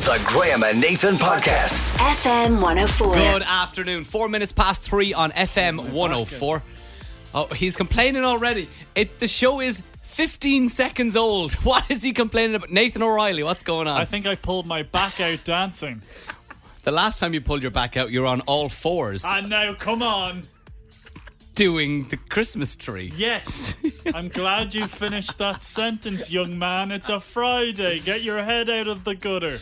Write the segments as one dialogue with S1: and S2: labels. S1: The Graham and Nathan Podcast.
S2: FM 104.
S3: Good afternoon. Four minutes past three on FM 104. Oh, he's complaining already. It the show is 15 seconds old. What is he complaining about? Nathan O'Reilly, what's going on?
S4: I think I pulled my back out dancing.
S3: the last time you pulled your back out, you were on all fours
S4: And now, come on.
S3: doing the Christmas tree.
S4: Yes. I'm glad you finished that sentence, young man. It's a Friday. Get your head out of the gutter.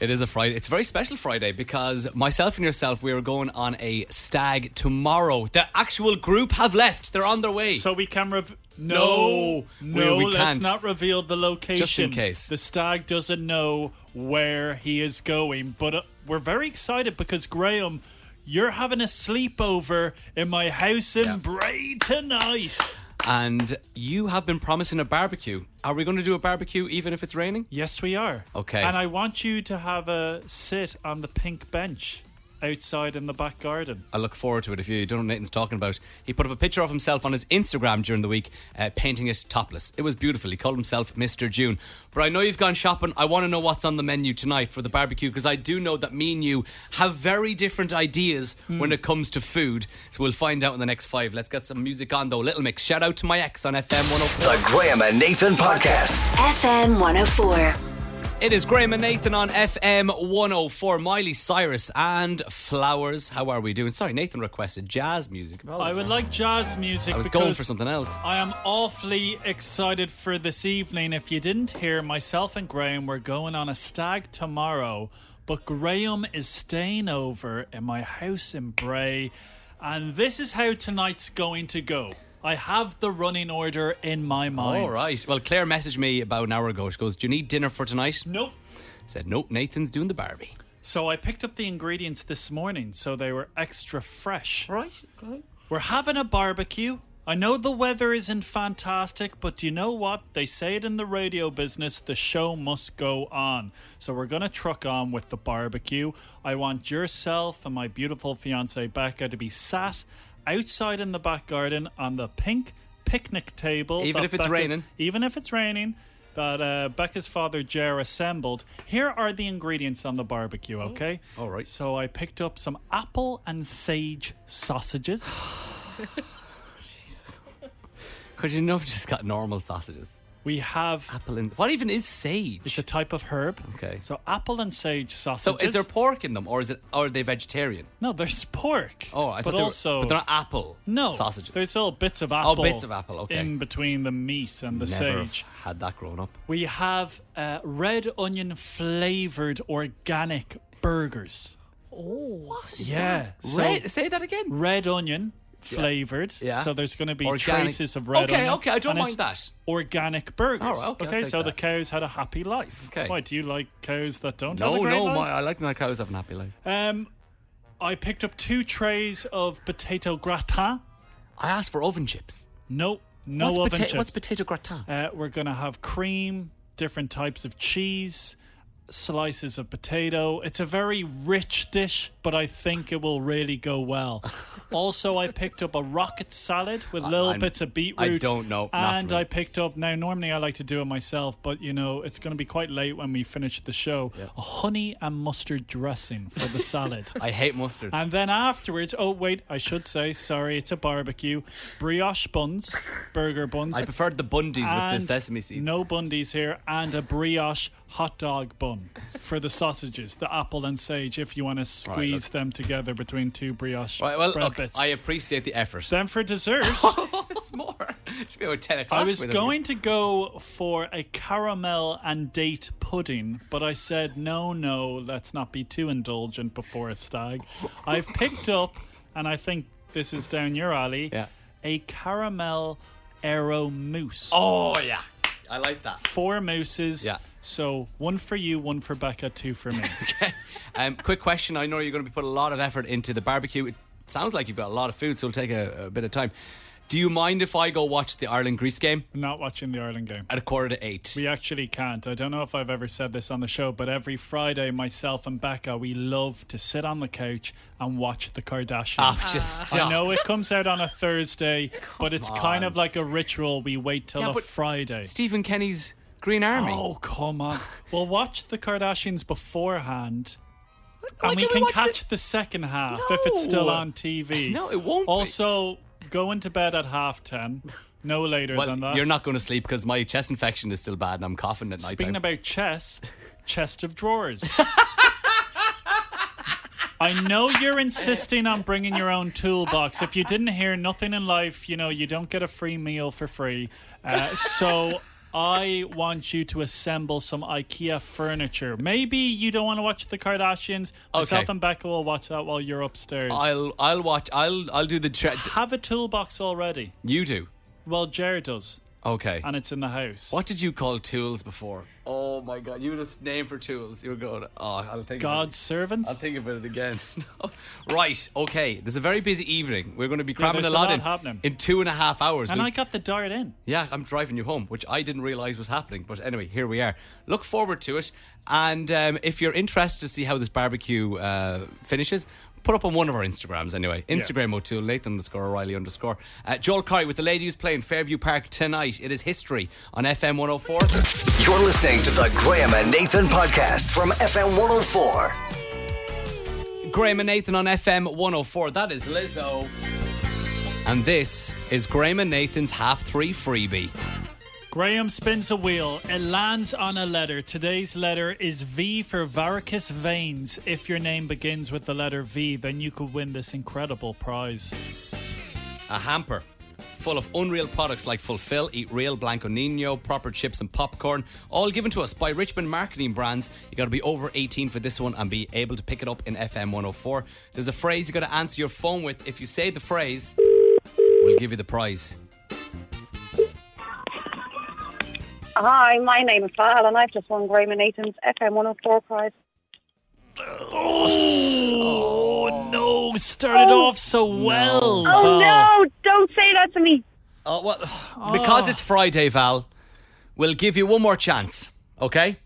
S3: It is a Friday. It's a very special Friday because myself and yourself, we are going on a stag tomorrow. The actual group have left. They're on their way.
S4: So we can. Rev- no.
S3: No,
S4: No,
S3: we- we
S4: let's
S3: can't.
S4: not reveal the location.
S3: case.
S4: The stag doesn't know where he is going. But uh, we're very excited because, Graham. You're having a sleepover in my house in
S3: Yeah.
S4: Bray tonight.
S3: and you have been promising a barbecue. Are we going to do a barbecue even if it's raining?
S4: Yes, we are.
S3: Okay.
S4: And I want you to have a sit on the pink bench outside in the back garden.
S3: I look forward to it. If you don't know what Nathan's talking about, he put up a picture of himself on his Instagram during the week, uh, painting it topless. It was beautiful. He called himself Mr. June. But I know you've gone shopping. I want to know what's on the menu tonight for the barbecue because I do know that me and you have very different ideas when it comes to food. So we'll find out in the next five. Let's get some music on though. Little Mix. Shout out to my ex on FM 104.
S1: The Graham and Nathan Podcast.
S2: FM 104.
S3: It is Graham and Nathan on FM 104. Miley Cyrus and Flowers. How are we doing? Sorry, Nathan requested jazz music.
S4: I would like jazz music.
S3: I was
S4: because
S3: going for something else.
S4: I am awfully excited for this evening. If you didn't hear, myself and Graham were going on a stag tomorrow, but Graham is staying over in my house in Bray, and this is how tonight's going to go. I have the running order in my mind.
S3: All right. Well, Claire messaged me about an hour ago. She goes, "Do you need dinner for tonight?"
S4: Nope.
S3: said, "Nope, Nathan's doing the Barbie."
S4: So I picked up the ingredients this morning, so they were extra fresh. Right, right. We're having a barbecue. I know the weather isn't fantastic, but do you know what? They say it in the radio business the show must go on. So we're going to truck on with the barbecue. I want yourself and my beautiful fiancee Becca to be sat outside in the back garden on the pink picnic table.
S3: Even
S4: that
S3: if it's
S4: Becca's-
S3: raining?
S4: even if it's raining, that uh, Becca's father Jer assembled. Here are the ingredients on the barbecue, okay?
S3: Oh, all right.
S4: So I picked up some apple and sage sausages.
S3: Because you know, I've just got normal sausages,
S4: We have
S3: apple, and what even is sage?
S4: it's a type of herb.
S3: Okay.
S4: So apple and sage
S3: so
S4: sausages.
S3: is there pork in them, or is it? Or are they vegetarian?
S4: No, there's pork.
S3: Oh, I
S4: but
S3: thought they
S4: also
S3: were, but they're not apple.
S4: no
S3: sausages. Oh,
S4: There's little bits of apple.
S3: bits of apple, okay.
S4: In between the meat and the
S3: Never
S4: sage.
S3: have had that grown up.
S4: We have uh, red onion flavored organic burgers.
S3: What?
S4: Yeah. So
S3: Right. Say that again.
S4: red onion flavored.
S3: Yeah.
S4: So there's going to be
S3: Organic.
S4: traces of red
S3: Okay,
S4: onion.
S3: okay, I don't
S4: and
S3: mind
S4: it's
S3: that.
S4: Organic burgers.
S3: All right, okay, I'll take
S4: so
S3: that.
S4: the cows had a happy life.
S3: Okay.
S4: Why do you like cows that don't have
S3: No,
S4: a great
S3: no, my,
S4: life?
S3: I like my cows having a happy life.
S4: Um, I picked up two trays of potato gratin.
S3: I asked for oven chips.
S4: No, no
S3: what's,
S4: oven
S3: pota-
S4: chips.
S3: what's potato gratin?
S4: Uh, we're going to have cream, different types of cheese, slices of potato. It's a very rich dish, but I think it will really go well. also, I picked up a rocket salad with little
S3: I'm-
S4: bits of beetroot.
S3: I don't know, not
S4: And
S3: for me.
S4: I picked up, now, normally I like to do it myself, but you know, it's going to be quite late when we finish the show. A honey and mustard dressing for the salad.
S3: I hate mustard.
S4: And then afterwards, oh wait, I should say, sorry, it's a barbecue. Brioche buns, burger buns,
S3: I preferred the bundies with
S4: and
S3: the sesame seeds.
S4: No bundies here, and a brioche hot dog bun for the sausages, the apple and sage, if you want to squeeze
S3: look.
S4: them together between two brioche
S3: Right, well,
S4: bread
S3: look,
S4: bits.
S3: I appreciate the effort.
S4: then for dessert,
S3: It's more. It should be about 10 o'clock.
S4: I was
S3: with them.
S4: going to go for a caramel and date pudding, but I said, no, no, let's not be too indulgent before a stag. I've picked up, and I think this is down your alley,
S3: Yeah.
S4: a caramel arrow mousse.
S3: Oh, yeah. I like that.
S4: four mooses.
S3: Yeah.
S4: So one for you, one for Becca, two for me.
S3: Um, quick question. I know you're going to be put a lot of effort into the barbecue. It sounds like you've got a lot of food, so it'll take a, a bit of time. Do you mind if I go watch the Ireland Greece game
S4: I'm not watching the Ireland game.
S3: at a quarter to eight?
S4: We actually can't. I don't know if I've ever said this on the show, but every Friday, myself and Becca, we love to sit on the couch and watch the Kardashians.
S3: Oh, just
S4: Ah. I
S3: stop.
S4: know it comes out on a Thursday, but it's kind of like a ritual. We wait till
S3: Yeah,
S4: a
S3: but
S4: Friday.
S3: Stephen Kenny's Green Army.
S4: Oh, come on. We'll watch the Kardashians beforehand.
S3: Why
S4: and we
S3: can't we
S4: can
S3: Oh, watch
S4: catch the... second half if it's still
S3: No.
S4: on TV.
S3: No, it won't be.
S4: Also, going to bed at half ten. No later
S3: Well,
S4: than that.
S3: you're not going to sleep because my chest infection is still bad and I'm coughing at night.
S4: Speaking about chest, chest of drawers. I know you're insisting on bringing your own toolbox. If you didn't hear nothing in life, you know, you don't get a free meal for free. Uh, so I want you to assemble some IKEA furniture. Maybe you don't want to watch the Kardashians. Myself
S3: Okay.
S4: and Becca will watch that while you're upstairs.
S3: I'll I'll watch. I'll I'll do the. Tra-
S4: Have a toolbox already.
S3: you do.
S4: Well, Jared does,
S3: Okay.
S4: and it's in the house.
S3: What did you call tools before? Oh my god, you just name for tools. You were going, oh, I'll think
S4: God's servants?
S3: Of it. I'll think about it again. No. Oh, right, okay. There's a very busy evening. We're going to be cramming
S4: there's
S3: a lot,
S4: a lot
S3: in
S4: happening.
S3: in two and a half hours.
S4: and
S3: We-
S4: I got the dart in.
S3: yeah, I'm driving you home, which I didn't realise was happening. But anyway, here we are. Look forward to it. And um, if you're interested to see how this barbecue uh, finishes, put up on one of our Instagrams anyway. Instagram O'Toole, Nathan underscore O'Reilly underscore. Uh, Joel Curry with the lady who's playing Fairview Park tonight. It is history on FM 104.
S1: You're listening to the Graham and Nathan podcast from FM 104.
S3: Graham and Nathan on FM 104. That is Lizzo. And this is Graham and Nathan's half three freebie.
S4: Graham spins a wheel. It lands on a letter. Today's letter is V for varicose veins. If your name begins with the letter V, then you could win this incredible prize.
S3: A hamper full of unreal products like Fulfill, Eat Real, Blanco Nino, proper chips and popcorn, all given to us by Richmond marketing brands. You got to be over 18 for this one and be able to pick it up in FM 104. There's a phrase you got to answer your phone with. If you say the phrase, we'll give you the prize.
S5: Hi, my name is Val, and I've just won Graham and Nathan's FM 104 prize.
S4: Oh, no, started off so well.
S5: Oh,
S4: Val.
S5: no, don't say that to me.
S3: Oh, well, because it's Friday, Val, we'll give you one more chance, okay?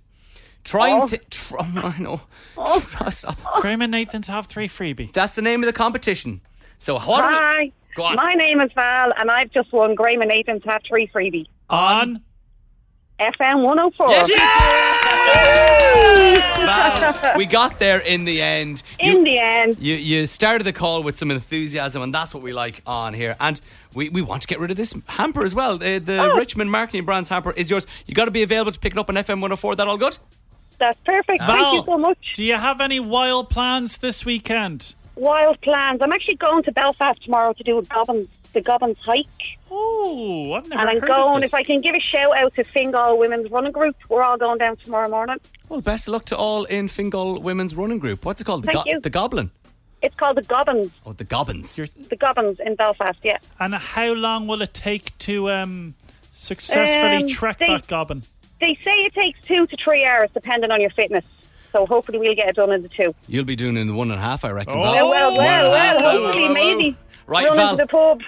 S3: Try
S5: Oh.
S3: and thi- tr- oh, I know. Tr- stop.
S4: Graham and Nathan's have three freebie.
S3: That's the name of the competition. So how do we-
S5: Hi.
S3: Go on.
S5: My name is Val, and I've just won Graham and Nathan's Hat 3 freebie.
S4: On
S5: FM 104.
S3: Yes, you did! Val, we got there in the end.
S5: In the end,
S3: You, you started the call with some enthusiasm, and that's what we like on here. And we, we want to get rid of this hamper as well. The, the
S5: Oh.
S3: Richmond Marketing Brands hamper is yours. you got to be available to pick it up on FM 104. That all good?
S5: that's perfect. Thank you
S4: Val.
S5: so much.
S4: Do you have any wild plans this weekend?
S5: Wild plans. I'm actually going to Belfast tomorrow to do a Gobbins, the Gobbins hike.
S4: Oh, I've never
S5: And I'm
S4: heard
S5: going,
S4: of this.
S5: if I can give a shout out to Fingal Women's Running Group, we're all going down tomorrow morning.
S3: Well, best of luck to all in Fingal Women's Running Group. What's it called? The,
S5: Thank you.
S3: the Goblin.
S5: It's called the Gobbins,
S3: Oh, the Gobbins.
S5: the Gobbins in Belfast, yeah.
S4: and how long will it take to um, successfully
S5: Um,
S4: trek
S5: they-
S4: that goblin?
S5: They say it takes two to three hours, depending on your fitness. So hopefully we'll get it done in the two.
S3: You'll be doing in the one and a half, I reckon.
S4: Oh.
S3: Val.
S5: Well, well, well, well,
S3: Wow.
S5: hopefully,
S3: Wow, wow, wow.
S5: maybe.
S3: Right,
S5: Run
S3: Val.
S5: into the pub.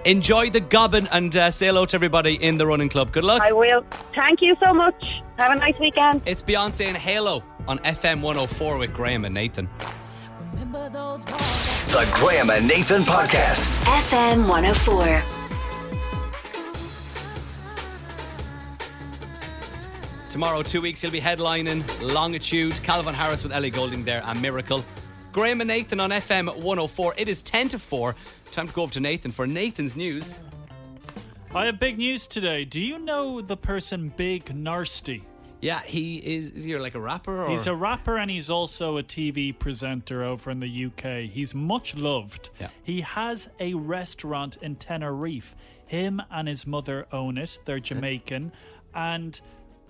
S3: Enjoy the Gobbin and uh, say hello to everybody in the running club. Good luck.
S5: I will. Thank you so much. Have a nice weekend.
S3: it's Beyonce and Halo on FM 104 with Graham and Nathan.
S6: Remember those walls
S1: The Graham and Nathan podcast.
S2: FM 104.
S3: Tomorrow, two weeks, he'll be headlining Longitude, Calvin Harris with Ellie Golding there, and Miracle. Graham and Nathan on FM 104. It is 10 to 4. Time to go over to Nathan for Nathan's news.
S4: I have big news today. Do you know the person Big Nasty?
S3: Yeah, he is. Is he like a rapper? Or?
S4: He's a rapper and he's also a TV presenter over in the UK. He's much loved.
S3: Yeah.
S4: He has a restaurant in Tenerife. Him and his mother own it. They're Jamaican. and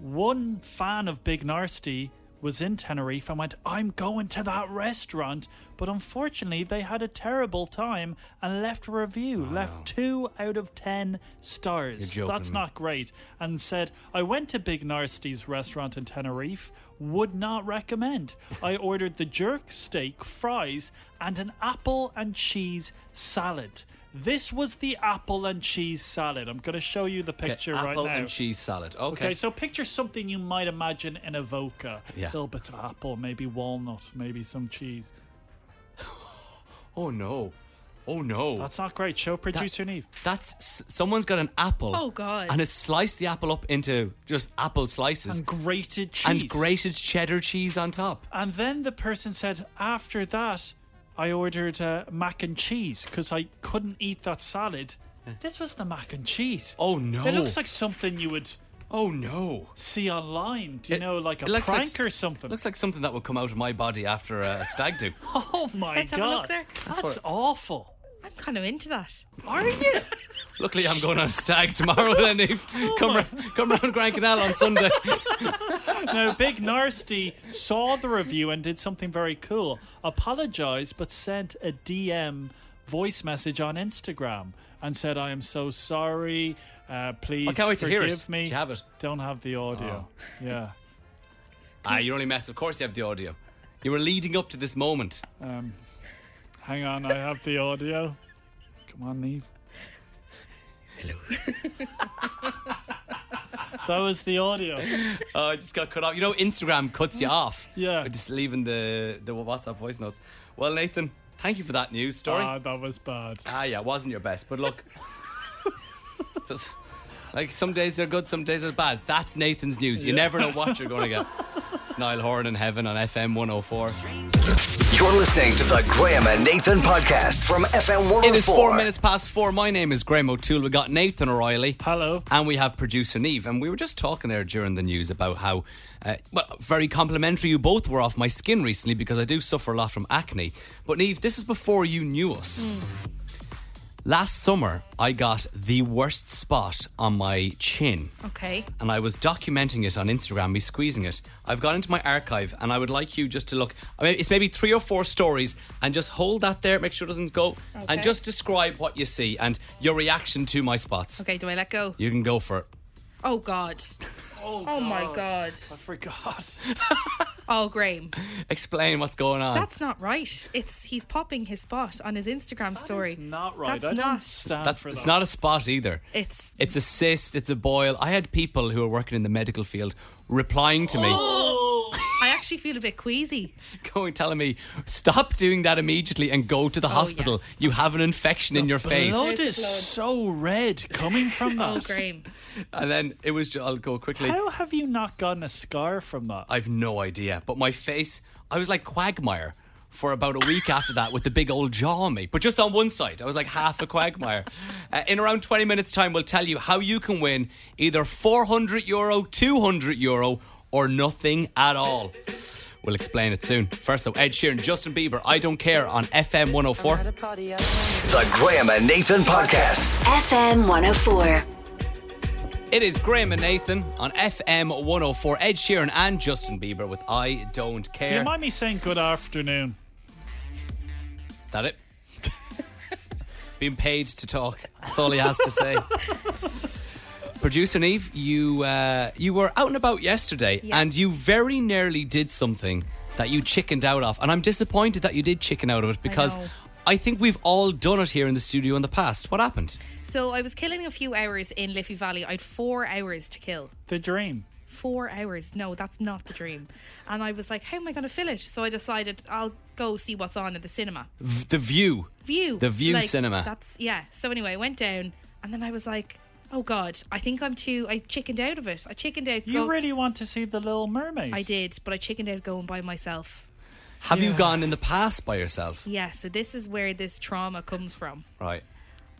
S4: one fan of Big Nasty was in Tenerife and went, I'm going to that restaurant. But unfortunately, they had a terrible time and left a review, left two out of ten stars.
S3: You're joking
S4: That's
S3: me.
S4: not great and said, I went to Big Narsty's restaurant in Tenerife, would not recommend. I ordered the jerk steak, fries, and an apple and cheese salad. This was the apple and cheese salad. I'm going to show you the picture right
S3: apple
S4: now.
S3: and cheese salad. Okay.
S4: Okay, so picture something you might imagine in a Voca.
S3: Yeah.
S4: little bit of apple, maybe walnut, maybe some cheese.
S3: oh no. Oh no.
S4: That's not great. Show producer Neve.
S3: That's s- someone's got an apple.
S7: Oh, God.
S3: And has sliced the apple up into just apple slices
S4: And grated cheese.
S3: and grated cheddar cheese on top.
S4: And then the person said, after that, I ordered uh, mac and cheese because I couldn't eat that salad. This was the mac and cheese.
S3: Oh, no.
S4: It looks like something you would
S3: Oh no.
S4: see online. Do you know, like a
S3: It looks
S4: prank
S3: s-
S4: or something?
S3: Looks like something that would come out of my body after a stag do.
S4: oh my
S7: Let's
S4: god!
S7: have a look there.
S4: That's,
S3: what-
S4: awful.
S7: I'm kind of into that.
S4: Are you?
S3: Luckily, I'm going on a stag tomorrow. Then, Eve,
S4: Oh,
S3: come ra- come round Grand Canal on Sunday.
S4: now, Big Narsty saw the review and did something very cool. Apologized, but sent a DM voice message on Instagram and said, "I am so sorry. Uh, please
S3: I can't wait to
S4: forgive
S3: hear it.
S4: me.
S3: Do you have it? Oh.
S4: Don't have the audio. Yeah."
S3: ah, you're only messing. Of course, you have the audio. You were leading up to this moment.
S4: Hang on, I have the audio. Come on, Neve. Hello. that was the audio.
S3: Oh, I just got cut off. You know, Instagram cuts you off.
S4: Yeah.
S3: By Just leaving the the WhatsApp voice notes. Well, Nathan, thank you for that news story.
S4: Ah, that was bad.
S3: ah, yeah, it wasn't your best, but look, just like some days they're good, some days they're bad. That's Nathan's news. You never know what you're going to get. It's Niall Horan in heaven on FM 104.
S1: You're listening to the Graham and Nathan podcast from FM 104.
S3: It is four minutes past four. My name is Graham O'Toole. We got Nathan O'Reilly.
S4: Hello.
S3: And we have producer Neve. And we were just talking there during the news about how, uh, well, very complimentary you both were off my skin recently because I do suffer a lot from acne. But Neve, this is before you knew us. Last summer, I got the worst spot on my chin
S7: Okay.
S3: and I was documenting it on Instagram, me squeezing it. I've gone into my archive and I would like you just to look. I mean, it's maybe three or four stories and just hold that there, make sure it doesn't go, and
S7: Okay.
S3: just describe what you see and your reaction to my spots.
S7: Okay, do I let go?
S3: You can go for it.
S7: Oh, God.
S4: Oh,
S7: Oh, my God.
S4: I forgot.
S7: Oh, Graham.
S3: Explain what's going on.
S7: That's not right. It's He's popping his spot on his Instagram story.
S4: That's not right.
S7: That's
S4: I don't
S7: not-
S4: stand
S3: That's
S4: for
S3: it's
S4: that.
S3: not a spot either.
S7: It's
S3: It's a cyst, it's a boil. I had people who are working in the medical field replying to me,
S7: Oh! I actually feel a bit queasy.
S3: going telling me, "Stop doing that immediately and go
S7: Oh,
S3: to the hospital. You have an infection in your face."
S4: Blood
S7: Good
S4: is
S7: Lord.
S4: so red coming from that.
S7: Oh, Graham.
S3: And then it was just, I'll go quickly.
S4: How have you not gotten a scar from that?
S3: I've no idea. But my face, I was like Quagmire for about a week after that with the big old jaw on me, but just on one side. I was like half a Quagmire. Uh, in around 20 minutes' time, we'll tell you how you can win either 400 euro, 200 euro, or nothing at all. We'll explain it soon. First, though, Ed Sheeran, Justin Bieber, I Don't Care on FM 104.
S1: The Graham and Nathan podcast.
S2: FM 104.
S3: It is Graham and Nathan on FM 104. Ed Sheeran and Justin Bieber with I Don't Care.
S4: Do you mind me saying good afternoon?
S3: That it? Being paid to talk. That's all he has to say. Producer Neve, you uh, you were out and about yesterday,
S7: Yeah.
S3: and you very nearly did something that you chickened out of, and I'm disappointed that you did chicken out of it because.
S7: know.
S3: I think we've all done it here in the studio in the past. What happened?
S7: So I was killing a few hours in Liffey Valley. I had four hours to kill.
S4: The dream.
S7: Four hours. No, that's not the dream. And I was like, how am I going to fill it? So I decided I'll go see what's on at the cinema.
S3: V- the view.
S7: View.
S3: The View cinema.
S7: That's yeah. So anyway, I went down and then I was like, oh god, I think I'm too. I chickened out of it. I chickened out.
S4: You
S7: go-
S4: really want to see The Little Mermaid?
S7: I did, but I chickened out going by myself.
S3: Have you
S4: Yeah.
S3: gone in the past by yourself?
S7: Yeah. So this is where this trauma comes from.
S3: Right.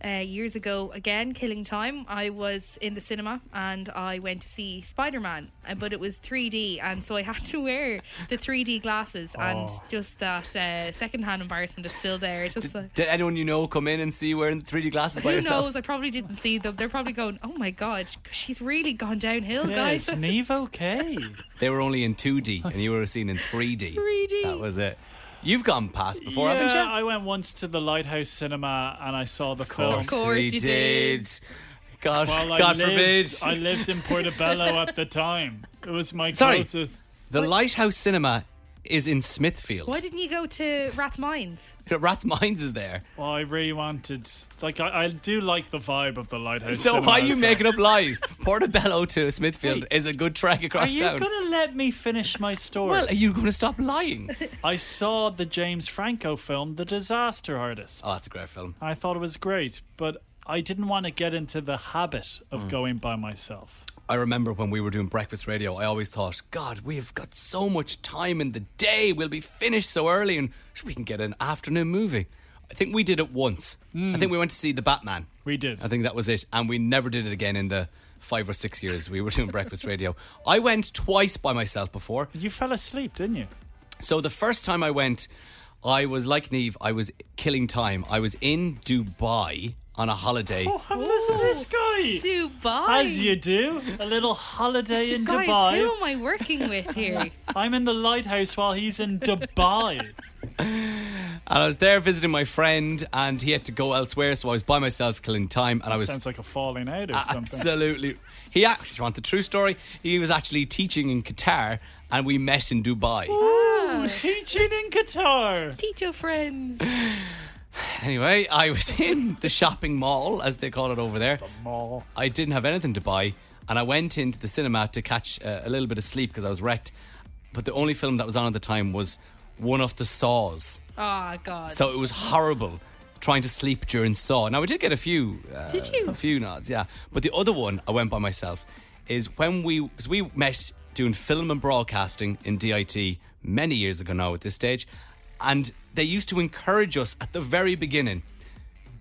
S7: uh, years ago, again, Killing Time, I was in the cinema and I went to see Spider Man, but it was 3D, and so I had to wear the 3D glasses, and
S4: Oh.
S7: just that uh, secondhand embarrassment is still there. Just like,
S3: Did anyone you know come in and see you wearing 3D glasses by
S7: who
S3: yourself?
S7: knows? I probably didn't see them. They're probably going, oh my god, she's really gone downhill,
S4: Yeah,
S7: guys.
S4: is Neve okay?
S3: They were only in 2D and you were seen in 3D.
S7: 3D.
S3: That was it. You've gone past before,
S4: yeah,
S3: haven't you?
S4: I went once to the Lighthouse Cinema and I saw the film.
S7: Of course
S3: we
S7: you
S3: did. God,
S4: Well, I
S3: God
S4: lived,
S3: forbid.
S4: I lived in Portobello at the time. It was my
S3: Sorry.
S4: closest.
S3: the Lighthouse Cinema is in Smithfield.
S7: Why didn't you go to Rathmines?
S3: Rathmines is there.
S4: Well, I really wanted. Like, I, I do like the vibe of the lighthouse.
S3: So
S4: cinema,
S3: why are you making up lies? Portobello to Smithfield is a good track
S4: Are
S3: across
S4: you
S3: town.
S4: gonna let me finish my story?
S3: Well, are you going to stop lying?
S4: I saw the James Franco film, The Disaster Artist.
S3: oh, that's a great film.
S4: I thought it was great, but I didn't want to get into the habit of going by myself.
S3: I remember when we were doing breakfast radio, I always thought, God, we have got so much time in the day. We'll be finished so early and we can get an afternoon movie. I think we did it once. I think we went to see The Batman.
S4: We did.
S3: I think that was it. And we never did it again in the five or six years we were doing breakfast radio. I went twice by myself before.
S4: You fell asleep, didn't you?
S3: So the first time I went, I was like Neve, I was killing time. I was in Dubai on a holiday.
S4: Oh, have a listen to this guy.
S7: Dubai.
S4: As you do, a little holiday in
S7: Guys,
S4: Dubai.
S7: who am I working with here?
S4: I'm in the lighthouse while he's in Dubai.
S3: And I was there visiting my friend, and he had to go elsewhere, so I was by myself killing time. And I was
S4: Sounds like a falling out or something.
S3: absolutely. He actually, if you want the true story? He was actually teaching in Qatar, and we met in Dubai.
S4: Ooh, teaching in Qatar.
S7: Teach your friends.
S3: Anyway, I was in the shopping mall, as they call it over there.
S4: Mall.
S3: I didn't have anything to buy, and I went into the cinema to catch uh, a little bit of sleep because I was wrecked. But the only film that was on at the time was one of the Saws,
S7: Oh, God.
S3: so it was horrible trying to sleep during Saw. Now we did get a few, uh,
S7: Did you?
S3: a few nods, yeah. But the other one I went by myself is when we because we met doing film and broadcasting in DIT many years ago now at this stage, and they used to encourage us at the very beginning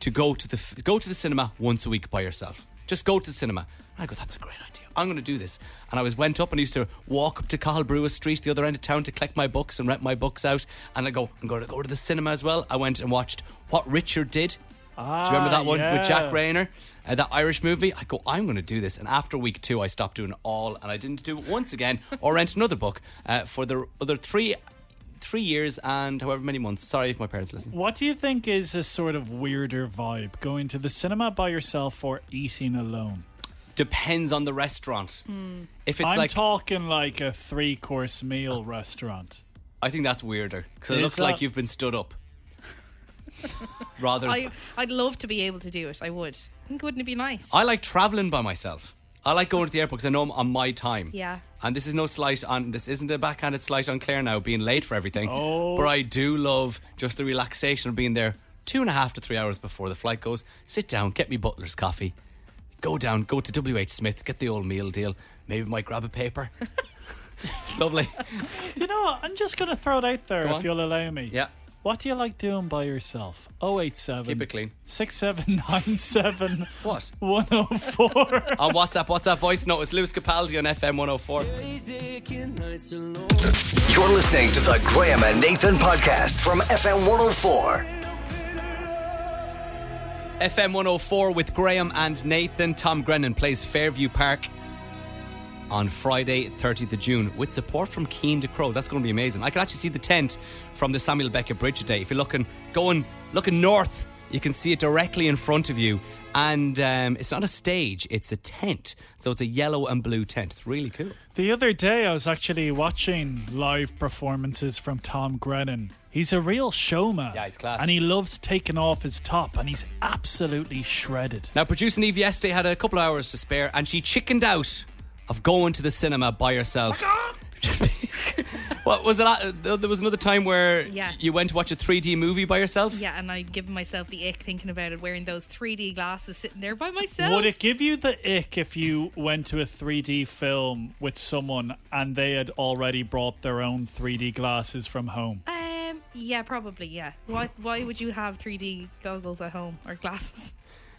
S3: to go to the f- go to the cinema once a week by yourself. Just go to the cinema. I go, that's a great idea. I'm going to do this. And I was went up and used to walk up to Carl Brewer Street, the other end of town, to collect my books and rent my books out. And I go, I'm going to go to the cinema as well. I went and watched What Richard Did. do you remember that one with
S4: yeah.
S3: Jack Rayner, uh, that Irish movie? I go, I'm going to do this. And after week two, I stopped doing it all, and I didn't do it once again or rent another book uh, for the other three, three years and however many months. Sorry if my parents listen.
S4: What do you think is a sort of weirder vibe? Going to the cinema by yourself or eating alone?
S3: depends on the restaurant. If it's
S4: I'm
S3: like,
S4: talking like a three course meal restaurant.
S3: I think that's weirder because it
S4: Is
S3: looks
S4: that-
S3: like you've been stood up. Rather,
S7: I,
S3: I,
S7: I'd love to be able to do it. I would. I think wouldn't it be nice?
S3: like traveling by myself. I like going to the airport because I know I'm on my time.
S7: Yeah.
S3: And this is no slight on this isn't a backhanded slight on Claire now being late for everything. Oh. But I do love just the relaxation of being there two and a half to three hours before the flight goes. Sit down, get me butler's coffee, go down, go to W H Smith, get the old meal deal. Maybe might grab a paper. it's lovely.
S4: Do you know what? I'm just going to throw it out there
S3: Go
S4: if
S3: on.
S4: you'll allow me.
S3: Yeah.
S4: What do you like doing by yourself? 087
S3: Keep it clean.
S4: 6797
S3: What?
S4: 104.
S3: on WhatsApp. What's that voice note? It's Lewis Capaldi on FM 104.
S1: You're listening to the Graham and Nathan podcast from FM 104.
S3: FM 104 with Graham and Nathan. Tom Grennan plays Fairview Park on Friday, 30th of June, with support from Keen to Crow. That's going to be amazing. I can actually see the tent from the Samuel Beckett Bridge today. If you're looking, going, looking north, you can see it directly in front of you. And um, it's not a stage, it's a tent. So it's a yellow and blue tent. It's really cool.
S4: The other day, I was actually watching live performances from Tom Grennan. He's a real showman.
S3: Yeah, he's class.
S4: And he loves taking off his top, and he's absolutely shredded.
S3: Now, producer Eve yesterday had a couple of hours to spare, and she chickened out of going to the cinema by herself. what was it? uh, There was another time where
S7: Yeah.
S3: you went to watch a 3D movie by yourself.
S7: yeah, and I'm giving myself the ick thinking about it, wearing those 3D glasses, sitting there by myself.
S4: Would it give you the ick if you went to a 3D film with someone and they had already brought their own 3D glasses from home?
S7: Um, yeah, probably, yeah. Why, why would you have 3D goggles at home or glasses?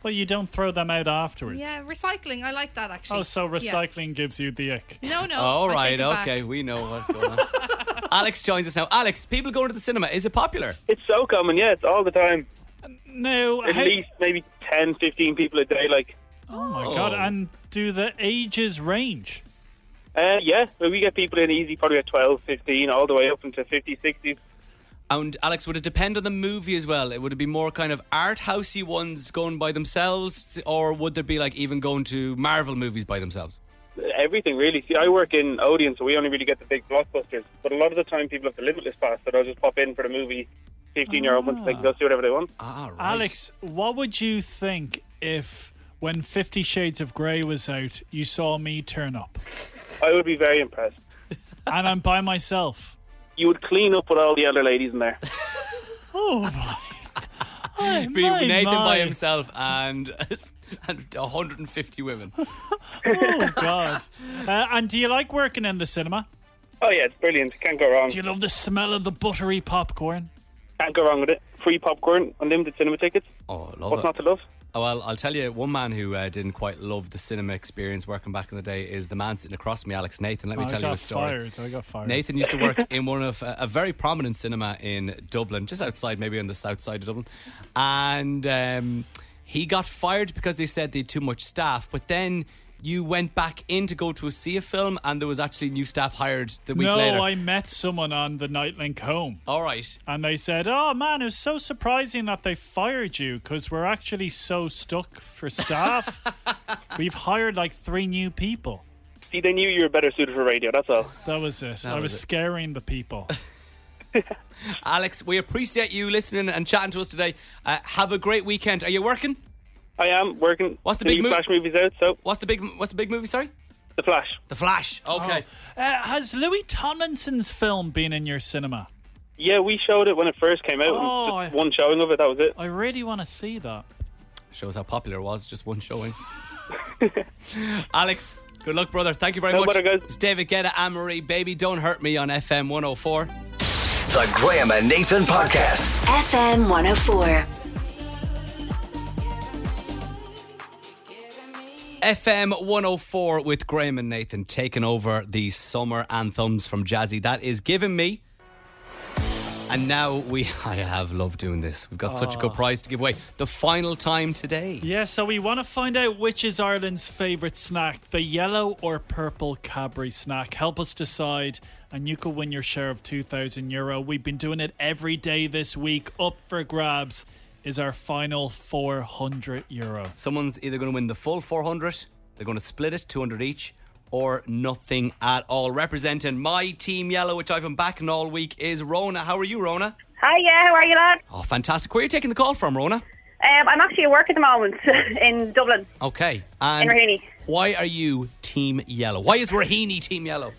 S4: Well, you don't throw them out afterwards.
S7: Yeah, recycling. I like that, actually.
S4: Oh, so
S7: Yeah.
S4: recycling gives you the ick.
S7: No, no.
S3: All
S7: Oh, I take
S3: right.
S7: it back.
S3: Okay. We know what's going on. Alex joins us now. Alex, people going to the cinema. Is it popular?
S8: It's so common, yeah, it's all the time.
S4: No,
S8: At
S4: how-
S8: least maybe 10, 15 people a day, like.
S4: Oh my god! And do the ages range?
S8: Uh, yeah, but we get people in easy, probably at 12, 15, all the way up into 50, 60.
S3: And Alex, would it depend on the movie as well? It would it be more kind of art housey ones going by themselves, or would there be like even going to Marvel movies by themselves?
S8: Uh, everything really. See, I work in Odeon, so we only really get the big blockbusters. But a lot of the time, people have the limitless pass, so they'll just pop in for the movie. Fifteen-year-old ones, they can go see whatever they want.
S3: Ah, right.
S4: Alex, what would you think if when Fifty Shades of Grey was out, you saw me turn up
S8: I would be very impressed.
S4: and I'm by myself?
S8: You would clean up with all the other ladies in there.
S4: Oh my! Oh,
S3: Be
S4: my,
S3: Nathan by
S4: my.
S3: himself and, and 150 women.
S4: Oh God! Uh, and do you like working in the cinema?
S8: Oh yeah, it's brilliant. Can't go wrong.
S4: Do you love the smell of the buttery popcorn?
S8: Can't go wrong with it. Free popcorn, unlimited cinema tickets.
S3: Oh, I love
S8: What's
S3: it.
S8: not to love?
S3: Oh, well, I'll tell you, one man who uh, didn't quite love the cinema experience working back in the day is the man sitting across from me, Alex Nathan. Let me
S4: I
S3: tell
S4: Oh, got
S3: you a story.
S4: fired. I got fired.
S3: Nathan used to work in one of uh, a very prominent cinema in Dublin, just outside, maybe on the south side of Dublin, and um, he got fired because they said they had too much staff. But then you went back in to go to see a film, and there was actually new staff hired the week
S4: no,
S3: later.
S4: I met someone on the Nightlink home,
S3: All right,
S4: and they said, "Oh man, it was so surprising that they fired you because we're actually so stuck for staff. We've hired like three new people."
S8: See, they knew you were better suited for radio. That's all.
S4: That was it. I was,
S3: was it.
S4: scaring the people.
S3: Alex, we appreciate you listening and chatting to us today. Uh, have a great weekend. Are you working?
S8: I am working.
S3: What's the
S8: new
S3: big mo-
S8: Flash movies out? So
S3: What's the big What's the big movie? Sorry,
S8: the Flash.
S3: The Flash. Okay.
S4: Uh, has Louis Tomlinson's film been in your cinema?
S8: Yeah, we showed it when it first came out.
S4: Oh,
S8: and just
S4: I-
S8: one showing of it. That was it.
S4: I really want to see that.
S3: Shows how popular it was. Just one showing. Alex, good luck, brother. Thank you very
S8: No
S3: much.
S8: bother, guys.
S3: It's David Guetta, Anne Marie, Baby Don't Hurt Me on FM 104.
S1: The Graham and Nathan Podcast.
S2: FM 104.
S3: FM 104 with Graham and Nathan taking over the summer anthems from Jazzy. That is given me. And now we, I have loved doing this. We've got such a good prize to give away. The final time today.
S4: Yeah, so we want to find out which is Ireland's favourite snack, the yellow or purple Cadbury snack. Help us decide, and you could win your share of €2,000. Euro. We've been doing it every day this week. Up for grabs is our final 400 Euro.
S3: Someone's either going to win the full 400, they're going to split it 200 each, or nothing at all. Representing my team yellow, which I've been backing all week, is Rona. How are you, Rona?
S5: Hi, yeah, how are you, lad?
S3: Oh, fantastic. Where are you taking the call from, Rona?
S5: Um, I'm actually at work at the moment in Dublin.
S3: Okay. And
S5: In Raheny.
S3: why are you team yellow? Why is Rahini team yellow?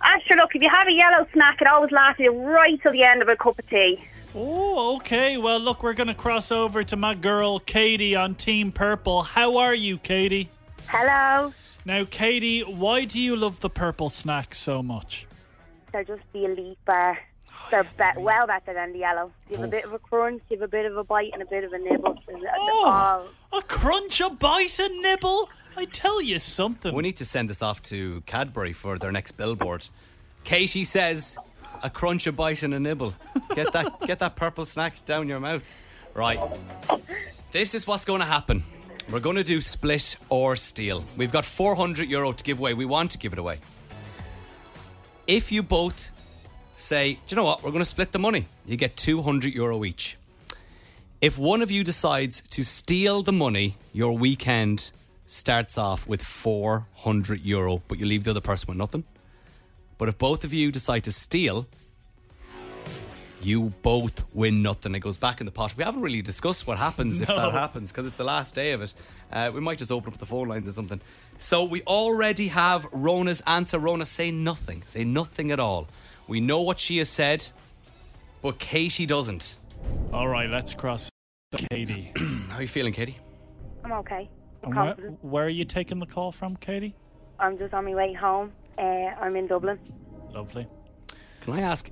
S5: Ah, sure, look, if you have a yellow snack, it always lasts you right till the end of a cup of tea.
S4: Oh, okay. Well, look, we're going to cross over to my girl, Katie, on Team Purple. How are you, Katie?
S5: Hello.
S4: Now, Katie, why do you love the purple snack so much?
S5: They're just the elite bar. They're be- well better than the yellow. You
S3: Oh.
S5: have a bit of a crunch, you have a bit of a bite, and a bit of a nibble. They're all-
S4: Oh, a crunch, a bite, a nibble. I tell you something.
S3: We need to send this off to Cadbury for their next billboard. Katie says, a crunch, a bite, and a nibble. Get that, get that purple snack down your mouth. Right. This is what's going to happen. We're going to do split or steal. We've got 400 euro to give away. We want to give it away. If you both say, do you know what? We're going to split the money. You get 200 euro each. If one of you decides to steal the money, your weekend starts off with 400 euro, but you leave the other person with nothing. But if both of you decide to steal, you both win nothing. It goes back in the pot. We haven't really discussed what happens if that happens because it's the last day of it. Uh, we might just open up the phone lines or something. So we already have Rona's answer. Rona, say nothing. Say nothing at all. We know what she has said, but Katie doesn't.
S4: All right, let's cross to Katie.
S3: How are you feeling, Katie?
S5: I'm okay. I'm
S4: And where,
S5: confident.
S4: where are you taking the call from, Katie?
S5: I'm just on my way home. Uh, I'm in Dublin.
S4: Lovely.
S3: Can I ask?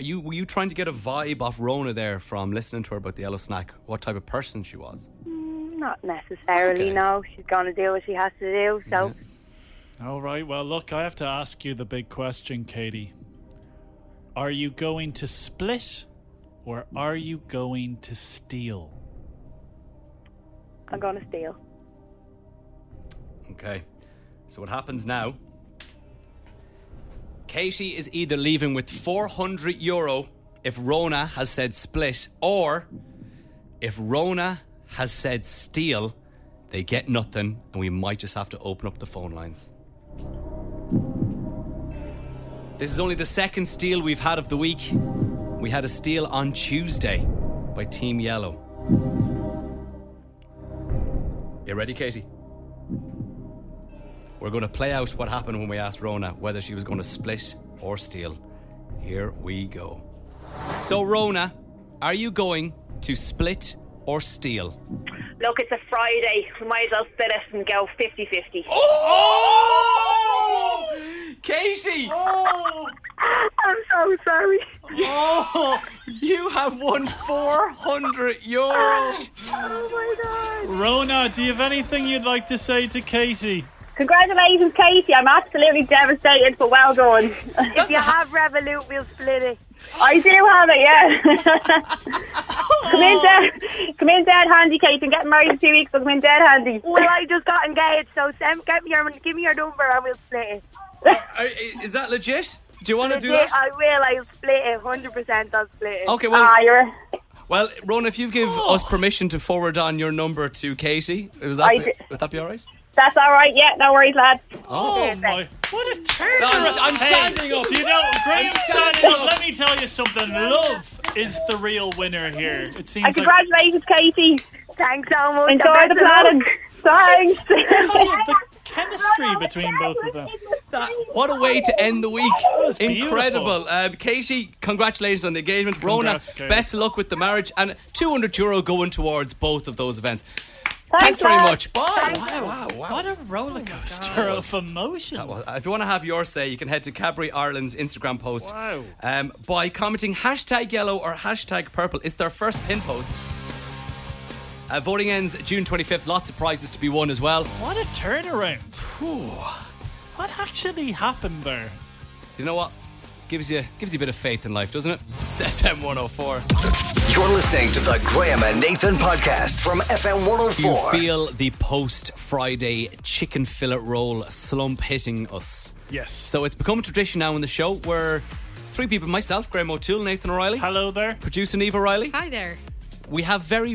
S3: Are you were you trying to get a vibe off Rona there from listening to her about the yellow snack? What type of person she was?
S5: Not necessarily,
S3: Okay.
S5: no. She's going to do what she has to do, so
S4: All right, well, look, I have to ask you the big question, Katie. Are you going to split or are you going to steal?
S5: I'm going to steal.
S3: Okay. So what happens now? Katie is either leaving with 400 euro if Rona has said split, or if Rona has said steal, they get nothing, and we might just have to open up the phone lines. This is only the second steal we've had of the week. We had a steal on Tuesday by Team Yellow. You ready, Katie? We're going to play out what happened when we asked Rona whether she was going to split or steal. Here we go. So, Rona, are you going to split or steal?
S5: Look, it's a Friday. We might as well split it and go 50 50.
S3: Oh! Katie!
S5: I'm so sorry.
S3: Oh, you have won 400 euro.
S5: Oh
S4: Rona, do you have anything you'd like to say to Katie?
S5: Congratulations, Katie. I'm absolutely devastated, but well done.
S3: That's
S5: if you
S3: the-
S5: have Revolut, we'll split it. I do have it, yeah. come in dead, come in dead handy, Katie. And get married in two weeks, but come in dead handy. Well, Oh, I just got engaged, so send, get me your, give me your number, and we'll split it.
S3: Are- i- Is that legit? Do you want to do
S5: Yeah,
S3: that?
S5: I will. I'll split it. Hundred percent. I'll split it.
S3: Okay, well-
S5: Ah, you're. Oh.
S3: Well, Ron, if you give us permission to forward on your number to Katie, was that
S5: I
S3: be-
S5: d-
S3: would that be all right?
S5: That's all right. Yeah, no worries, lad.
S4: Oh my! What a turn!
S3: No, I'm- I'm
S4: Hey,
S3: standing up.
S4: Do you know? Graham
S3: I'm
S4: standing
S3: standing
S4: up.
S3: up.
S4: Let me tell you something. Love is the real winner here. It
S5: And
S4: seems like
S5: congratulations, Katie. Thanks so much.
S9: Enjoy the planning.
S5: Thanks.
S4: Oh, the chemistry between both of them.
S3: That- what a way to end the week!
S5: Oh,
S4: was beautiful.
S3: Incredible, um, Katie. Congratulations on the engagement, Rona.
S4: Congrats, Katie.
S3: Best of luck with the marriage, and 200 euro going towards both of those events.
S5: Thanks,
S3: very
S5: lad.
S3: much. Bye. Wow, wow, wow.
S4: What a roller coaster of emotions.
S3: Well, if you want to have your say, you can head to Cadbury Ireland's Instagram post
S4: Wow.
S3: um, by commenting hashtag yellow or hashtag purple. It's their first pin post. Uh, voting ends June 25th. Lots of prizes to be won as well.
S4: What a turnaround. What actually happened there?
S3: You know what? Gives you gives you a bit of faith in life, doesn't it? It's FM 104.
S1: You're listening to the Graham and Nathan podcast from FM
S3: Do you
S1: 104.
S3: feel the post Friday chicken fillet roll slump hitting us?
S4: Yes.
S3: So it's become a tradition now in the show where three people, myself, Graham O'Toole, Nathan O'Reilly,
S4: Hello there.
S3: producer Neve O'Reilly,
S7: Hi there.
S3: we have very,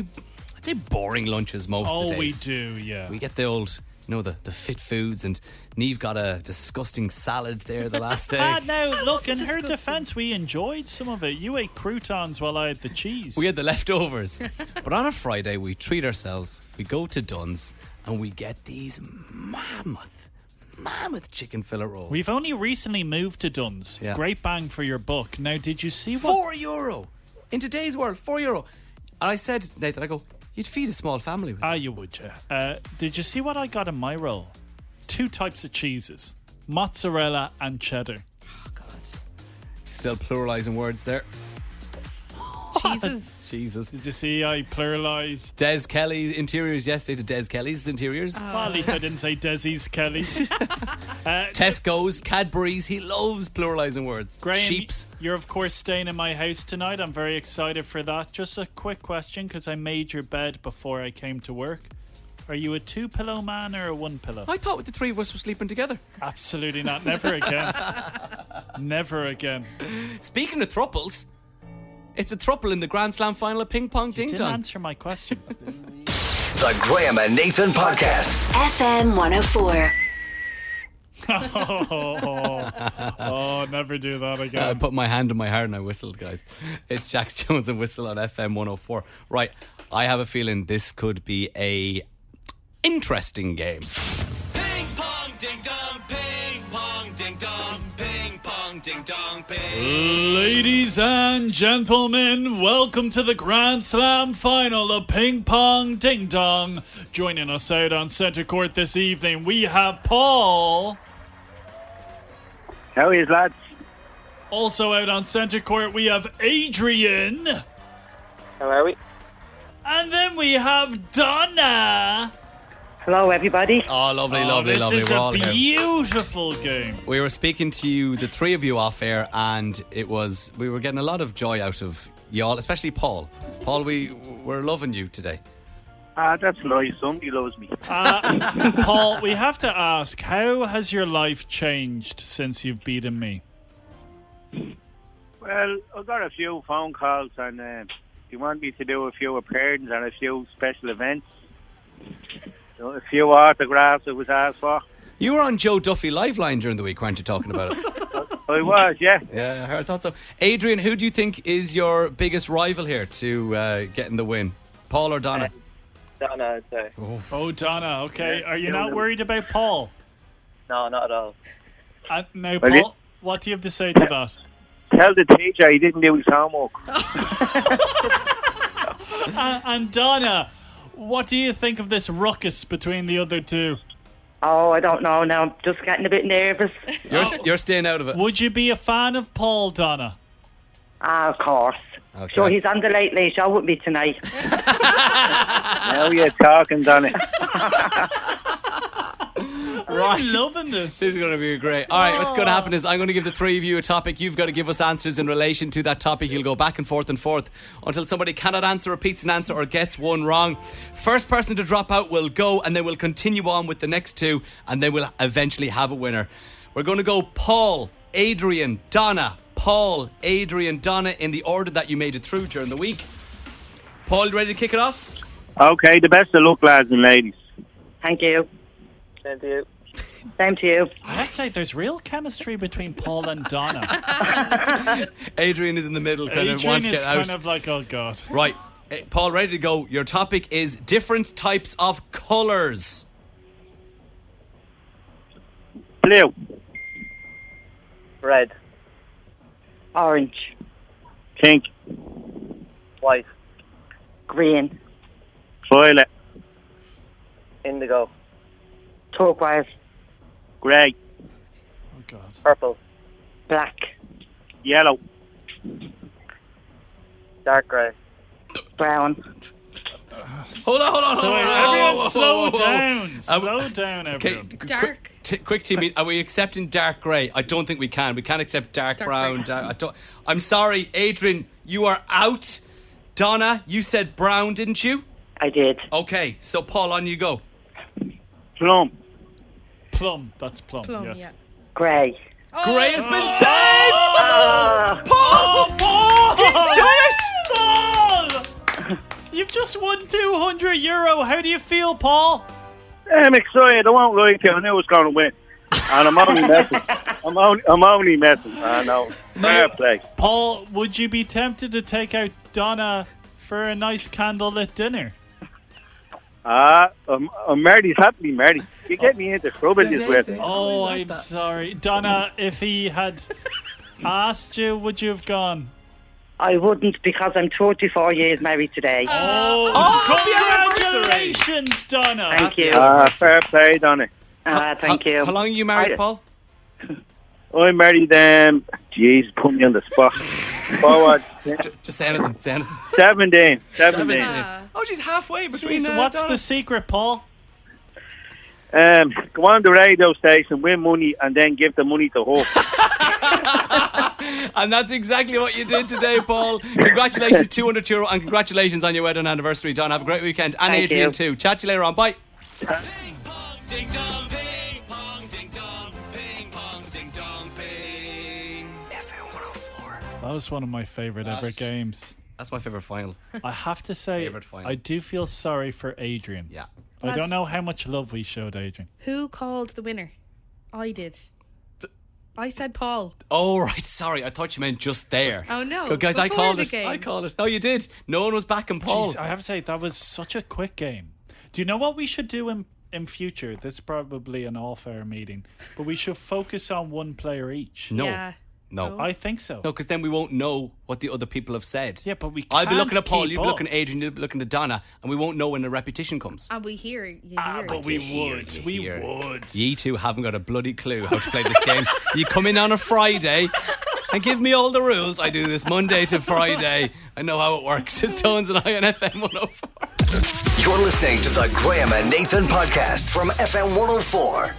S3: I'd say, boring lunches most of the
S4: Oh,
S3: days.
S4: we do, yeah.
S3: We get the old, you know, the, the fit foods, and Neve got a disgusting salad there the last day.
S4: Ah, now, look, in her
S7: disgusting.
S4: defense, we enjoyed some of it. You ate croutons while I had the cheese.
S3: we had the leftovers. but on a Friday, we treat ourselves, we go to Dunn's, and we get these mammoth, mammoth chicken fillet rolls.
S4: We've only recently moved to Dunn's.
S3: Yeah.
S4: Great bang for your buck. Now, did you see what?
S3: four euro in today's world, four euro. And I said, Nathan, I go, you'd feed a small family with. it."
S4: Ah, you would, yeah. Uh, did you see what I got in my roll? Two types of cheeses mozzarella and cheddar.
S3: Still pluralizing words there.
S7: Jesus.
S3: Jesus.
S4: Did you see I pluralized?
S3: Des Kelly's interiors yesterday to Des Kelly's interiors.
S4: Well, at least I didn't say Desi's Kelly's.
S3: Tesco's, Cadbury's. He loves pluralizing words.
S4: Graham,
S3: Sheeps.
S4: you're of course staying in my house tonight. I'm very excited for that. Just a quick question because I made your bed before I came to work. Are you a two pillow man or a one pillow?
S3: I thought the three of us were sleeping together.
S4: Absolutely not. Never again. Never again.
S3: Speaking of thruples, it's a thruple in the Grand Slam final of ping pong ding
S4: Didn't
S3: dong.
S4: answer my question.
S1: The Graham and Nathan podcast.
S2: FM 104.
S4: oh, never do that
S3: I
S4: again.
S3: put my hand in my hair and I whistled, guys. It's Jax Jones and Whistle on FM 104. Right, I have a feeling this could be a interesting game. Ping pong ding dong, ping pong ding dong, ping pong ding dong, ping.
S4: Ladies and gentlemen, welcome to the Grand Slam final of Ping Pong Ding Dong. Joining us out on centre court this evening, we have Paul.
S10: How is lads?
S4: Also out on centre court, we have Adrian.
S10: How are we?
S4: And then we have Donna.
S9: Hello, everybody.
S3: Oh, lovely, lovely,
S4: this
S3: lovely.
S4: is
S3: We're all
S4: a
S3: here.
S4: beautiful game.
S3: We were speaking to you, the three of you off air, and it was we were getting a lot of joy out of y'all, especially Paul. Paul, we we're loving you today.
S10: Ah, that's a lie. Somebody loves me.
S4: Uh, Paul, we have to ask, how has your life changed since you've beaten me?
S10: Well, I got a few phone calls and uh, they want me to do a few appearances and a few special events. So a few autographs I was asked for.
S3: You were on Joe Duffy Live Line during the week, weren't you? Talking about it.
S10: I was, yeah.
S3: Yeah, I heard- thought so. Adrian, who do you think is your biggest rival here to uh, getting the win? Paul or Donna?
S11: Donna, I'd say.
S4: Oh, Donna, okay.
S11: Yeah,
S4: Are you
S11: kill
S4: not
S11: them.
S4: worried about Paul?
S11: No, not at all.
S4: Uh, now,
S10: Well, you-
S4: Paul, what do you have to say to that?
S10: Tell the teacher he didn't do his homework.
S4: Uh, and Donna, what do you think of this ruckus between the other two?
S9: Oh, I don't know now. I'm just getting a bit nervous.
S3: You're, you're staying out of it.
S4: Would you be a fan of Paul, Donna?
S9: Ah, of course.
S3: Okay.
S9: So he's on the late late show with me tonight.
S10: now you're talking, Donna.
S3: Right.
S4: I'm loving this.
S3: This is going to be great. All right, what's going to happen is I'm going to give the three of you a topic. You've got to give us answers in relation to that topic. You'll go back and forth and forth until somebody cannot answer, repeats an answer, or gets one wrong. First person to drop out will go, and then we'll continue on with the next two, and then we'll eventually have a winner. We're going to go Paul, Adrian, Donna, Paul, Adrian, Donna in the order that you made it through during the week. Paul, you ready to kick it off?
S10: Okay, the best of luck, lads and ladies.
S9: Thank you.
S11: Same to you.
S9: Same to you.
S4: I say there's real chemistry between Paul and Donna.
S3: Adrian is in the middle, kind of
S4: Adrian
S3: wants to
S4: is
S3: get out.
S4: kind of like, oh god.
S3: Right. Eh, Paul, ready to go. Your topic is different types of colours.
S10: Blue,
S11: Red,
S9: Orange,
S10: pink,
S11: white,
S9: green,
S10: violet,
S11: indigo,
S9: turquoise,
S10: grey,
S4: Oh god.
S11: purple,
S9: black,
S10: yellow,
S11: dark grey.
S9: brown.
S3: Hold on, hold on, hold
S4: Wait,
S3: on.
S4: everyone,
S3: Whoa, whoa,
S4: slow
S3: whoa, whoa.
S4: down.
S3: Uh,
S4: Slow down,
S3: Okay,
S4: everyone.
S3: qu-
S7: Dark.
S3: T- quick team, meet. are we accepting dark grey? I don't think we can. We can't accept dark,
S7: Dark
S3: brown.
S7: grey.
S3: Dark, I don't, I'm sorry, Adrian, you are out. Donna, you said brown, didn't you?
S9: I did.
S3: Okay, so Paul, on you go.
S10: plum,
S4: Plum. That's plum.
S7: Plum,
S4: yes.
S7: yeah.
S9: Grey.
S7: Oh,
S3: Grey has been
S9: Ah.
S3: said! Paul!
S4: Paul!
S3: He's done it!
S4: Paul! You've just won 200 euro. How do you feel, Paul?
S10: I'm excited. I won't lie to you. I knew I was going to win. And I'm only messing. I'm only, I'm only messing. I know. Fair play.
S4: Paul, would you be tempted to take out Donna for a nice candlelit dinner?
S10: Ah, I'm, I'm married. Happily married. You get me into trouble this way.
S4: Oh, I'm sorry. Donna, if he had asked you, would you have gone?
S9: I wouldn't because I'm 34 years married today.
S4: Oh,
S3: happy Uh, anniversary!
S4: congratulations, Donna.
S9: thank you.
S10: Ah, fair play, Donna.
S9: Ah, thank
S3: How-
S9: you.
S3: How long are you married,
S9: I-
S3: Paul?
S10: I married them. Jeez, put me on the spot. Forward.
S3: Just say anything, say anything.
S10: 17. 17.
S7: Ah.
S3: Oh, she's halfway between.
S4: Jeez,
S3: uh,
S4: what's
S3: Donna.
S4: the secret, Paul?
S10: Um, go on the radio station, win money, and then give the money to her.
S3: And that's exactly what you did today, Paul. Congratulations, 200 euro, and congratulations on your wedding anniversary, Don. Have a great weekend. And
S9: Thank
S3: Adrian,
S9: you.
S3: too. Chat to you later on. Bye.
S1: FM 104.
S4: That was one of my favourite ever
S3: That's-
S4: games.
S3: That's my favourite final.
S4: I have to say,
S3: Favourite final.
S4: I do feel sorry for Adrian.
S3: Yeah.
S4: I don't
S7: That's-
S4: know how much love we showed Adrian.
S7: Who called the winner? I did. I said Paul.
S3: Oh, right. Sorry. I thought you meant just there.
S7: Oh, no,
S3: Good guys, I
S7: before
S3: called
S7: the
S3: it.
S7: game.
S3: I called it. No, you did. No one was backing Paul.
S4: Jeez, I have to say that was such a quick game. Do you know what we should do in in future? This is probably an all-fair meeting, but we should focus on one player each.
S3: no.
S7: Yeah.
S3: No.
S4: I think so.
S3: No, because then we won't know what the other people have said.
S4: Yeah, but we
S3: I'll be
S4: can't
S3: looking at Paul,
S4: keep
S3: you'll be looking
S4: up.
S3: at Adrian, you'll be looking at Donna, and we won't know when the repetition comes.
S7: And we hear you.
S4: Ah,
S7: hear
S4: but
S7: it.
S4: we
S3: Here,
S4: would.
S3: you
S4: we
S3: here.
S4: would.
S3: Ye two haven't got a bloody clue how to play this game. you come in on a Friday and give me all the rules. I do this Monday to Friday. I know how it works. It's Tones and I on FM 104.
S1: You're listening to the Graham and Nathan podcast from FM 104.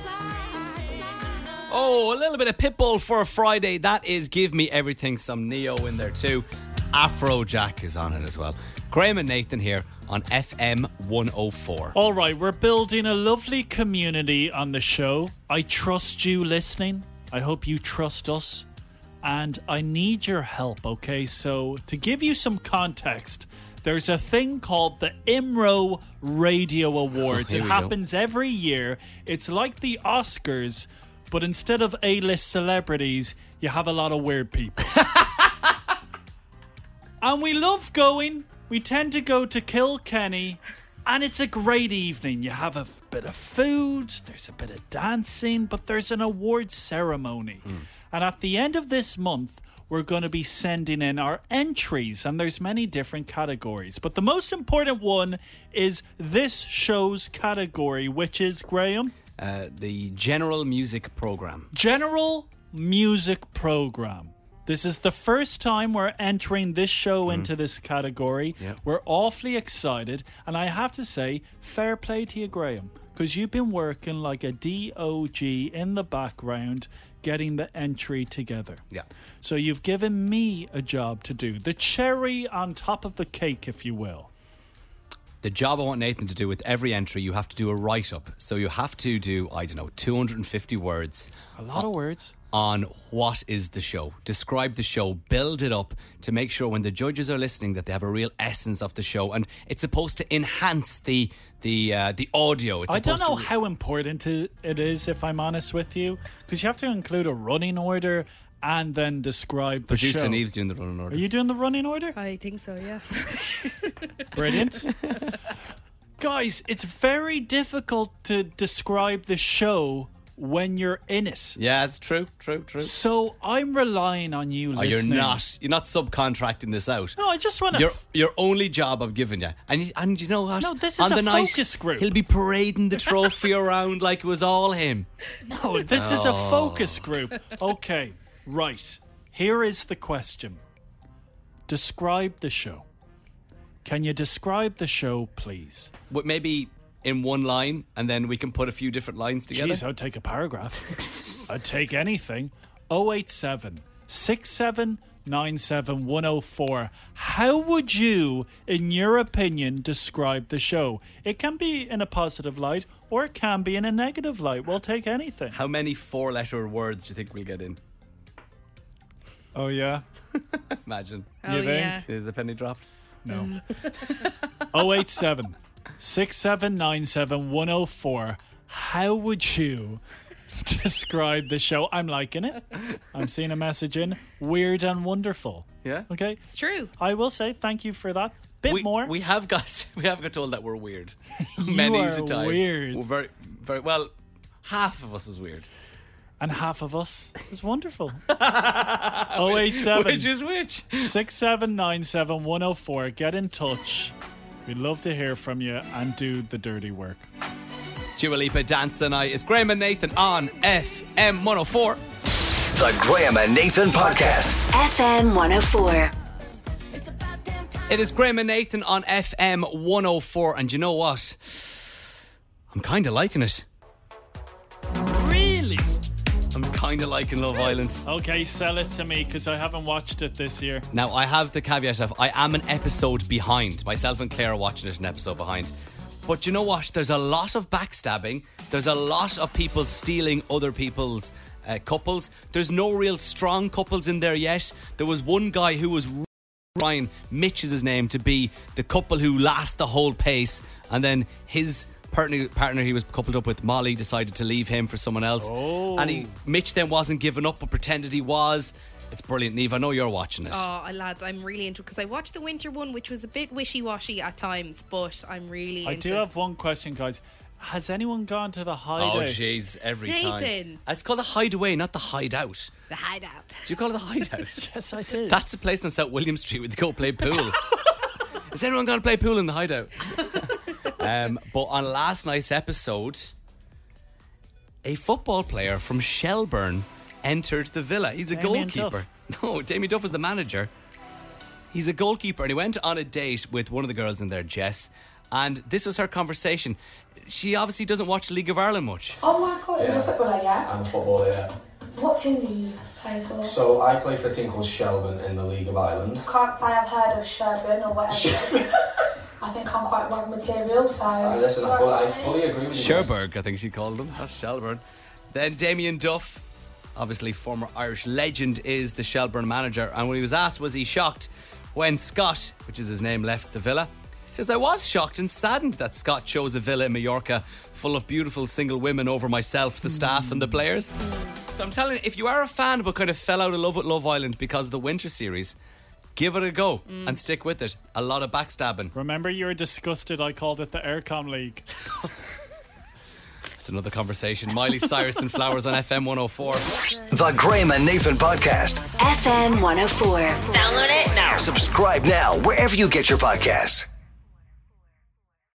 S3: Oh, a little bit of Pitbull for a Friday. That is Give Me Everything. Some Neo in there too. Afrojack is on it as well. Graham and Nathan here on FM 104.
S4: All right, we're building a lovely community on the show. I trust you listening. I hope you trust us. And I need your help, okay? So, to give you some context, there's a thing called the IMRO Radio Awards.
S3: Oh, Here
S4: it
S3: we go.
S4: happens every year. It's like the Oscars, But instead of A list celebrities, you have a lot of weird people. and we love going. We tend to go to Kilkenny, and it's a great evening. You have a bit of food, there's a bit of dancing, but there's an award ceremony. And at the end of this month, we're going to be sending in our entries, and there's many different categories. But the most important one is this show's category, which is Graham.
S3: Uh, the general music program.
S4: General Music Program. This is the first time we're entering this show into this category.
S3: Mm-hmm. Yep.
S4: We're awfully excited, and I have to say, fair play to you, Graham, because you've been working like a DOG in the background getting the entry together.
S3: Yeah.
S4: So you've given me a job to do, the cherry on top of the cake, if you will.
S3: The job I want Nathan to do with every entry, you have to do a write up. So you have to do, I don't know, 250 words
S4: A
S3: Oh.
S4: lot of words.
S3: on what is the show. Describe the show, build it up to make sure when the judges are listening that they have a real essence of the show, and it's supposed to enhance the the uh, the audio. It's
S4: I don't
S3: supposed
S4: know
S3: to-
S4: how important i- it is, if I'm honest with you, because you have to include a running order and then describe the
S3: Producer
S4: show.
S3: Neve's doing the running order.
S4: Are you doing the running order?
S7: I think so, yeah.
S4: Brilliant. Guys, it's very difficult to describe the show when you're in it.
S3: yeah, it's true, true, true.
S4: So I'm relying on you.
S3: Oh, you're
S4: listening.
S3: not. You're not subcontracting this out.
S4: No, I just want to.
S3: Your your only job I'm giving you, and you- and you know what?
S4: No, this is
S3: On
S4: a
S3: the night,
S4: focus group.
S3: He'll be parading the trophy around like it was all him.
S4: No, this is a focus group. Okay, right. Here is the question Describe the show. Can you describe the show, please?
S3: But maybe in one line, and then we can put a few different lines together.
S4: Jeez, I'd take a paragraph. I'd take anything. 087 6797 104. How would you, in your opinion, describe the show? It can be in a positive light or it can be in a negative light. We'll take anything.
S3: How many four-letter words do you think we'll get in?
S4: Oh, yeah?
S3: Imagine.
S7: Oh,
S4: You think?
S7: yeah.
S3: Is the penny dropped?
S4: No. 087 6797 104. How would you describe the show? I'm liking it. I'm seeing a message in. Weird and wonderful.
S3: Yeah.
S4: Okay.
S7: It's true.
S4: I will say thank you for that. Bit
S3: we,
S4: more.
S3: We have got we have got told that we're weird. Many
S4: are
S3: a time.
S4: weird.
S3: We're very very well. Half of us is weird.
S4: and half of us is wonderful. Oh,
S3: Which
S4: 087
S3: is which?
S4: 6797 104. Get in touch. We'd love to hear from you and do the dirty work.
S3: Dua Lipa dance tonight. It's Graham and Nathan on FM 104.
S1: The Graham and Nathan Podcast.
S2: FM 104.
S3: It is Graham and Nathan on FM 104, and you know what? I'm kind of liking it.
S4: Really?
S3: I'm kind of liking Love Island.
S4: Okay, sell it to me because I haven't watched it this year.
S3: Now, I have the caveat of I am an episode behind. Myself and Claire are watching it an episode behind. But you know what? There's a lot of backstabbing. There's a lot of people stealing other people's uh, couples. There's no real strong couples in there yet. There was one guy who was Ryan Mitch is his name to be the couple who last the whole pace, and then his partner partner he was coupled up with Molly decided to leave him for someone else, and he Mitch then wasn't giving up but pretended he was. It's brilliant, Neve. I know you're watching it.
S7: Oh, I- lads, I'm really into it because I watched the winter one, which was a bit wishy washy at times, but I'm really
S4: I
S7: into
S4: do
S7: it.
S4: have one question, guys. Has anyone gone to the
S3: Oh,
S4: hideout?
S3: jeez, every time. Uh,
S7: Nathan.
S3: It's called the hideaway, not the hideout.
S7: the hideout.
S3: Do you call it the hideout?
S4: Yes, I did.
S3: That's the place on South William Street where they go play pool. Is everyone going to play pool in the hideout? um, but on last night's episode, a football player from Shelburne entered the villa. He's a
S4: Damien
S3: goalkeeper. No, Damien Duff was the manager. He's a goalkeeper, and he went on a date with one of the girls in there, Jess. And this was her conversation. She obviously doesn't watch League of Ireland much.
S12: Oh my god, you're a footballer, yeah?
S13: I'm a footballer, yeah.
S12: What team do you play for?
S13: So I play for a team called Shelburne in the League of Ireland.
S12: Can't say I've heard of Sherburne or whatever. it is. I think I'm quite wide material, so.
S13: Uh, listen, I fully, I fully agree with you.
S3: Sherberg, I think she called him. That's Shelburne. Then Damien Duff, obviously former Irish legend, is the Shelburne manager. And when he was asked, was he shocked when Scott, which is his name, left the villa? says, I was shocked and saddened that Scott chose a villa in Mallorca full of beautiful single women over myself, the staff, and the players. So I'm telling you, if you are a fan but kind of fell out of love with Love Island because of the winter series, give it a go
S4: Mm.
S3: and stick with it. A lot of backstabbing.
S4: Remember, you were disgusted. I called it the Aircom League.
S3: It's another conversation. Miley Cyrus and Flowers on FM 104.
S1: The Graham and Nathan Podcast.
S2: FM 104.
S1: Download it now. Subscribe now wherever you get your podcasts.